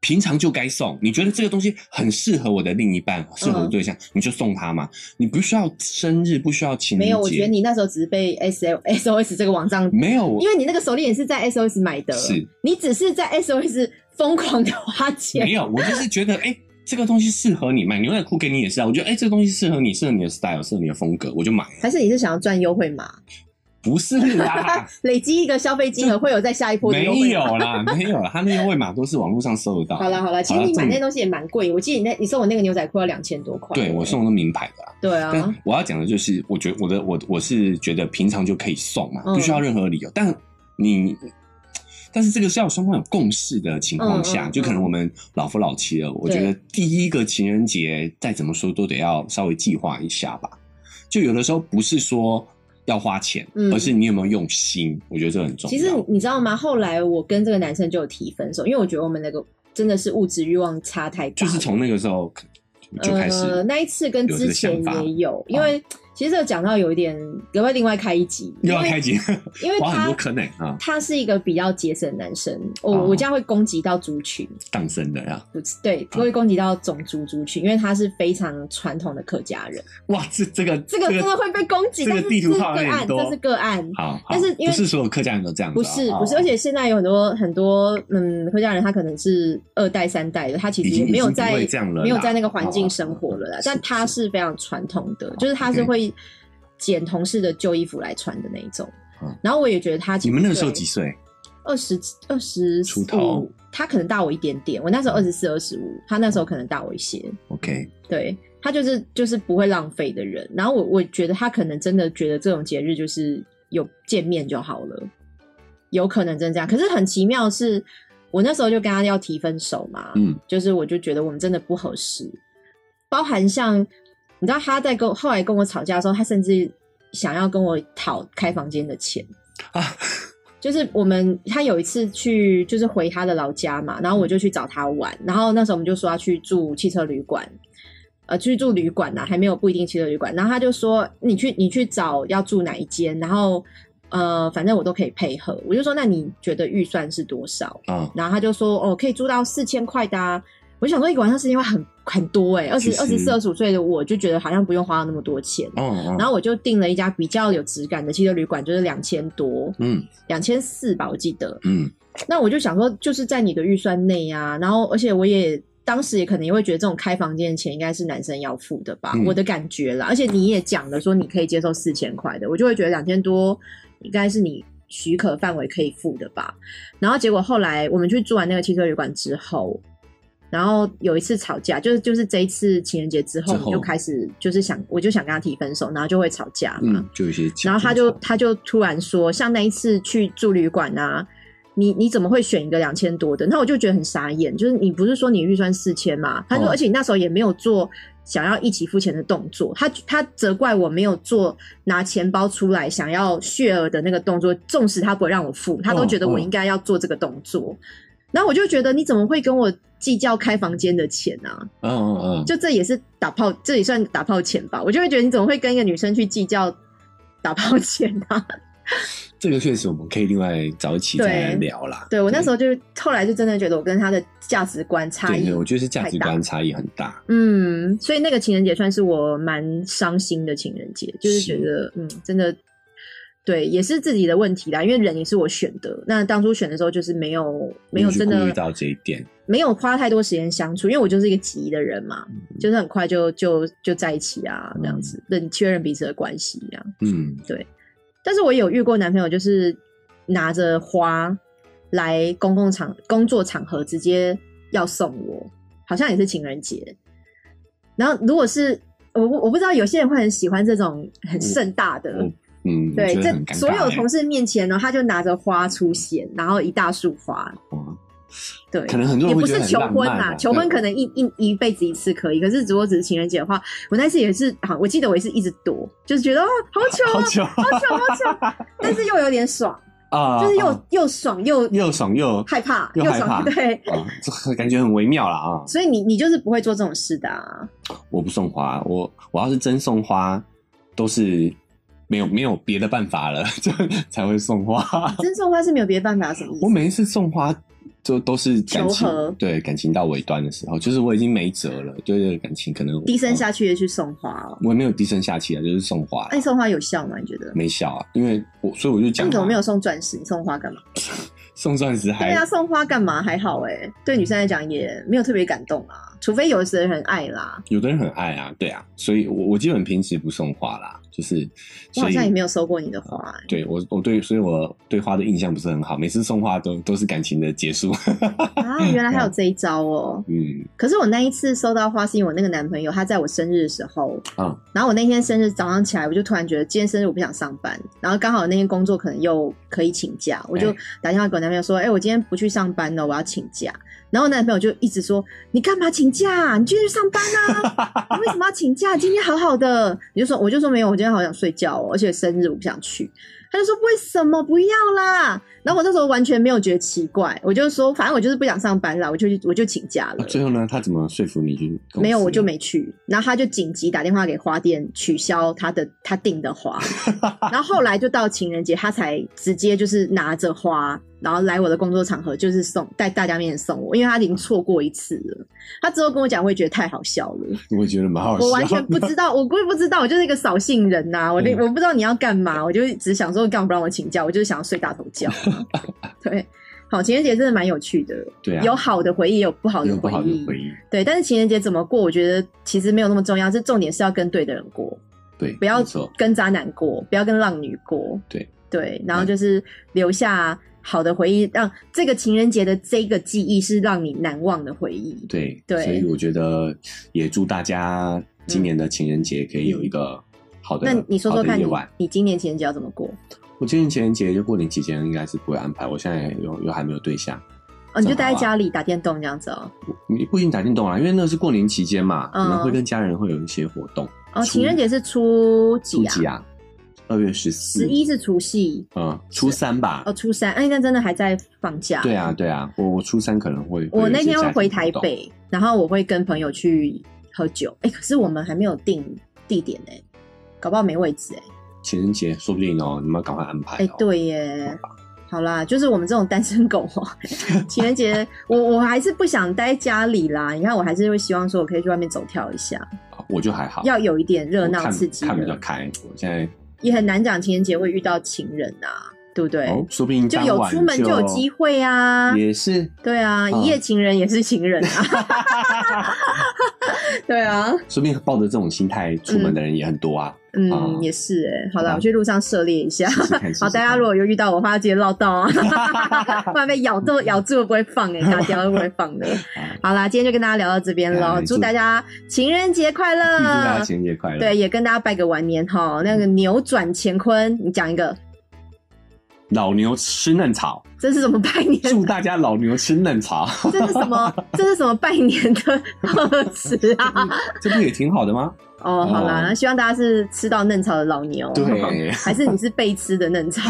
平常就该送，你觉得这个东西很适合我的另一半，适合我的对
嗯
象，你就送他嘛，你不需要生日，不需要情人节，
没有，我觉得你那时候只是被 S L S O S 这个网站，
没有，
因为你那个手链也是在 S O S 买的，
是
你只是在 S O S 疯狂的花钱
没，有，我就是觉得哎。这个东西适合你，买牛仔裤给你也是啊。我觉得，哎、这个东西适合你，适合你的 style，适合你的风格，我就买。
还是你是想要赚优惠码？
不是 啦，
累积一个消费金额会有在下一波的
啊没
优惠
有
吗。
啦，没有啦，他那优惠码都是网络上搜得到的。
好啦好啦，其实
好啦
你买
重
那东西也蛮贵，我记得你那你送我那个牛仔裤要两千多块。
对我送的名牌的啊、
对
但
啊，
我要讲的就是，我觉得我的我我是觉得平常就可以送嘛，
嗯
不需要任何理由。但你，但是这个是要双方有共识的情况下，
嗯嗯
就可能我们老夫老妻了。我觉得第一个情人节再怎么说都得要稍微计划一下吧。就有的时候不是说要花钱，
嗯
而是你有没有用心，我觉得这很重要。
其实你你知道吗？后来我跟这个男生就有提分手，因为我觉得我们那个真的是物质欲望差太大
就
了。
是从那个时候就开始，
呃，那一次跟
有这
之
个
前
想法哦
也有，因为其实这个讲到有一点，要不要另外开一集？
又要
因为
开机，
因为
挖很
他
多坑呢、 啊，
他是一个比较节省的男生，我、
哦
我这样会攻击到族群，
诞生的啊呀、
不是对，
哦
不会攻击到种族族群，因为他是非常传统的客家人，
哇，这这个
这个真的会被攻击。
这个
但是
地图
这是
炮有
个
点
案，
多
这是个案。
好，好
但是因为
不是所有客家人都这样
不
子啊，
是
哦
不是，而且现在有很多很多嗯，客家人他可能是二代三代的，他其实
已经
也没有
已经不
在
会这样了啦
没有在那个环境生活了啦
哦。
但他
是
是非常传统的，就是他是
OK
会捡同事的旧衣服来穿的那一种
嗯。
然后我也觉得他其
你
实
们那个时候
对
几岁？
二十二十
出头，
他可能大我一点点，我那时候二十四、二十五，他那时候可能大我一些。
OK，
对他就是就是不会浪费的人，然后我我觉得他可能真的觉得这种节日就是有见面就好了，有可能真的这样。可是很奇妙的是，我那时候就跟他要提分手嘛，
嗯，
就是我就觉得我们真的不合适，包含像你知道他在跟我后来跟我吵架的时候，他甚至想要跟我讨开房间的钱
啊。
就是我们他有一次去就是回他的老家嘛，然后我就去找他玩，然后那时候我们就说要去住汽车旅馆。呃，去住旅馆呐、还没有不一定汽车旅馆。然后他就说：“你去，你去找要住哪一间，然后呃，反正我都可以配合。”我就说：“那你觉得预算是多少？”哦
啊，
然后他就说：“哦，可以租到四千块的、啊。”我想说一个晚上时间会很很多哎、欸，二十
其实
二十四、二十五岁的我就觉得好像不用花那么多钱。
哦
然
哦，
后我就订了一家比较有质感的汽车旅馆，就是两千多，
嗯
两千四吧，我记得。
嗯，
那我就想说，就是在你的预算内啊。然后，而且我也当时也可能也会觉得，这种开房间的钱应该是男生要付的吧，
嗯
我的感觉啦。而且你也讲了说你可以接受四千块的，我就会觉得两千多应该是你许可范围可以付的吧。然后结果后来我们去住完那个汽车旅馆之后。然后有一次吵架，就是就是这一次情人节之后，
之
我
后
们就开始就是想，我就想跟他提分手，然后就会吵架嘛。
嗯，就有一些钱。
然后他就他就突然说，像那一次去住旅馆啊，你你怎么会选一个两千多的？那我就觉得很傻眼，就是你不是说你预算四千嘛？他说，
哦
而且你那时候也没有做想要一起付钱的动作，他他责怪我没有做拿钱包出来想要血额的那个动作，纵使他不会让我付，他都
哦
觉得我
哦
应该要做这个动作。然后我就觉得你怎么会跟我计较开房间的钱呢、啊？
嗯嗯嗯，
就这也是打炮，这也算打炮钱吧？我就会觉得你怎么会跟一个女生去计较打炮钱啊？
这个确实我们可以另外找一期再来
对
聊啦。
对我那时
候
候就是后来就真的觉得我跟他的价值观差
对
异
对，，我觉得是价值
太
观差异很大。
嗯，所以那个情人节算是我蛮伤心的情人节，就是
是
觉得嗯，真的对，也是自己的问题啦，因为人也是我选的，那当初选的时候就是没有没有
去
真
顾
的
虑到这一点，
没有花太多时间相处，因为我就是一个急的人嘛，就是很快就就就在一起啊，这样子认确认彼此的关系啊。
嗯，
但是我有遇过男朋友，就是拿着花来公共场、工作场合直接要送我，好像也是情人节。然后如果是我不，我不知道有些人会很喜欢这种很盛大的，
我嗯，我
对，
觉得很
这
尴尬
所有
欸
同事面前哦呢，他就拿着花出现，然后一大束花，
哇
对，
哦欸可能很多
也
人
不
会觉
是
得很
求
浪
婚
漫
啦，
啊
求
对
婚可能一一一辈子一次可以，可是如果只是情人节的话，我那次也是，好，我记得我也是一直躲，就是觉得哦，好糗
好
啊，
久
好糗，好糗，但是又有点 爽，
啊，
就是又、
啊
又爽又
又爽又
害怕，
又害
爽，
怕
对。
啊，这感觉很微妙了啊。
所以你你就是不会做这种事的、啊，
我不送花，我我要是真送花，都是没有没有别的办法了， 就才会送花。
真送花是没有别的办法，什么意思？
我每一次送花，就都是感
求
情
和
对感情到尾端的时候，就是我已经没辙了，对这个感情可能
低声，下气的去送花哦。
我也没有低声下气啊，就是送花
那、你送花有效吗？你觉得？
没笑啊，因为我所以我就
那
讲
你
嘛，
怎么没有送钻石？你送花干嘛？
送钻石
对
还
啊，送花干嘛？还好哎、对女生来讲也没有特别感动
嗯
啊，除非有的人很爱啦。
有的人很爱啊，对啊，所以我我基本平时不送花啦，就是
我
所
好
以
像也没有收过你的花、 欸，
对我我对，所以我对花的印象不是很好，每次送花都都是感情的结束。
啊，原来还有这一招哦。
嗯，
可是我那一次收到花，是因为我那个男朋友他在我生日的时候，
啊
然后我那天生日早上起来，我就突然觉得今天生日我不想上班，然后刚好那天工作可能又可以请假，我就
哎
打电话给我男朋友说：“哎、我今天不去上班了，我要请假。”然后我男朋友就一直说：“你干嘛请假？你继续上班 啊！你为什么要请假？今天好好的。”你就说：“我就说没有，我今天好想睡觉、哦，而且生日我不想去。”他就说：“为什么不要啦？”然后我那时候完全没有觉得奇怪，我就说：“反正我就是不想上班啦，我就去我就请假了。
啊最后呢，他怎么说服你去公司？
没有，我就没去。然后他就紧急打电话给花店取消他的他订的 花，然后后来就到情人节，他才直接就是拿着花，然后来我的工作场合，就是送在大家面前送我，因为他已经错过一次了。他之后跟我讲，我也觉得太好笑了，
我觉得蛮好笑的。
我完全不知道，我根本不知道，我就是一个扫兴人呐、 我那
嗯
我不知道你要干嘛，我就只想说，你干嘛不让我请假？我就是想要睡大头 觉啊。对，好，情人节真的蛮有趣的，
对啊，
有好的回忆，也有不好的
有
回
不好的
忆。
回忆，
对，但是情人节怎么过，我觉得其实没有那么重要，是重点是要跟对的人过，
对，
不要
没错
跟渣男过，不要跟浪女过。
对
对，然后就是留下好的回忆，让这个情人节的这个记忆是让你难忘的回忆。
对
对
所以我觉得也祝大家今年的情人节可以有一个好的，
嗯那你说说
啊好的
看
夜
你
晚。
你今年情人节要怎么过？
我今年情人节就过年期间应该是不会安排，我现在又又还没有对象。
哦，你就待
正
在
好啊
家里打电动这样子哦。
你不一定打电动啊啦，因为那是过年期间嘛，可
嗯
能会跟家人会有一些活动。
哦，
初
情人节是初几
初
啊？
几啊？二月十四，
十一是除夕，
嗯，初三吧
哦，。初三，哎，那真的还在放假。
对啊，对啊，我我初三可能会。
我
有一
那
些
天
家
会
庭
回
活
台
动，
北，然后我会跟朋友去喝酒。哎、可是我们还没有定地点呢、搞不好没位置哎、哎
情人节说不定哦，你们要赶快安排、哦。
哎、对耶，好啦，就是我们这种单身狗 哦、情人节我我还是不想待家里啦。你看，我还是会希望说我可以去外面走跳一下，
我就还好，
要有一点热
我
闹
看
刺激
看比较
的，
开。我现在
也很难讲情人节会遇到情人啊，对不对？
哦，说不定
就
当
有
晚
出门就有机会啊，
也是
对啊，
嗯
一夜情人也是情人啊， 对啊，
说不定抱着这种心态出门的人也很 多啊。
嗯
啊，
也是哎、好
好
了，
吧
我去路上涉猎一下。
试试看
好，大家如果有遇到我的话，记得唠叨 啊，不然被咬住咬住不会放哎、欸，卡掉不会放的。好啦，今天就跟大家聊到这边喽
哎，
祝
祝
大家情人节快乐！
预祝大家情人节快乐。嗯
对，，也跟大家拜个晚年哈。那个扭转乾坤，你讲一个，
老牛吃嫩草，
这是什么拜 年？
祝大家老牛吃嫩草，
这是什么？这是什么拜年的 贺词啊？
这不也挺好的吗？
哦，好啦，
哦
那希望大家是吃到嫩草的老牛，
对
还是你是被吃的嫩 草？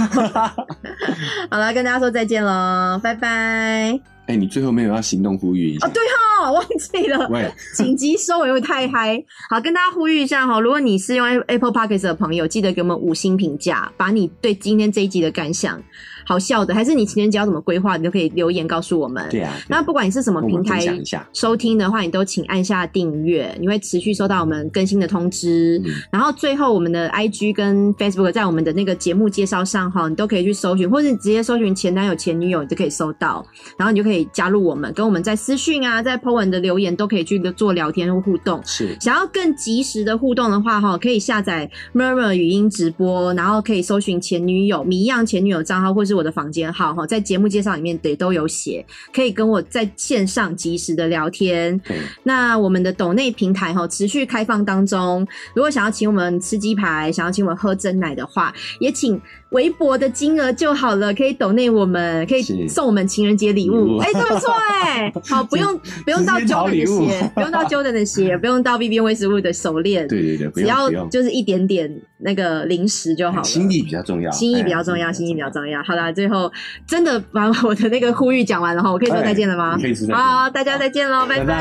好啦，跟大家说再见喽，拜拜。
哎，你最后没有要行动呼吁一
哦，
下？
对哈、忘记了。
喂，
紧急收尾，因为太嗨。好，跟大家呼吁一下哈，如果你是用 Apple Podcast 的朋友，记得给我们五星评价，把你对今天这一集的感想、好笑的，还是你情人节要怎么规划，你都可以留言告诉我们。
对啊，
那不管你是什么
跟我
平
们分
台
享一下。
收听的话，你都请按下订阅，你会持续收到我们更新的通知。
嗯
然后最后，我们的 IG 跟 Facebook 在我们的那个节目介绍上哈，你都可以去搜寻，或者你直接搜寻前男友、前女友，你就可以搜到。然后你就可以加入我们，跟我们在私讯啊，在 po 文的留言都可以去做聊天互动。
是，
想要更及时的互动的话，哈，可以下载 Murmur 语音直播，然后可以搜寻前女友、迷样前女友账号，或是我的房间号，哈，在节目介绍里面也都有写，可以跟我在线上及时的聊天。
对，
那我们的抖内平台哈持续开放当中，如果想要请我们吃鸡排，想要请我们喝真奶的话，也请微薄的金额就好了，可以抖内我们，可以
是
送我们情人节礼
礼
物。
物
哎、这不错哎、好，不用不用到
直接
Jordan
讨
的
礼物
鞋，不用到 Jordan 的鞋，不用到 B B 威斯物的手链，
对对对，不
只
用
要
不用，
就是一点点那个零食就好了。
心意比较重要，
心意比较重要，心意比较重要。好啦，最后真的把我的那个呼吁讲完了哈，我可以说再见了吗
哎你？可以吃再见
好，大家再见喽，拜
拜
拜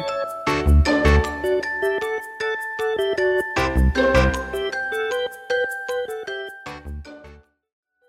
拜。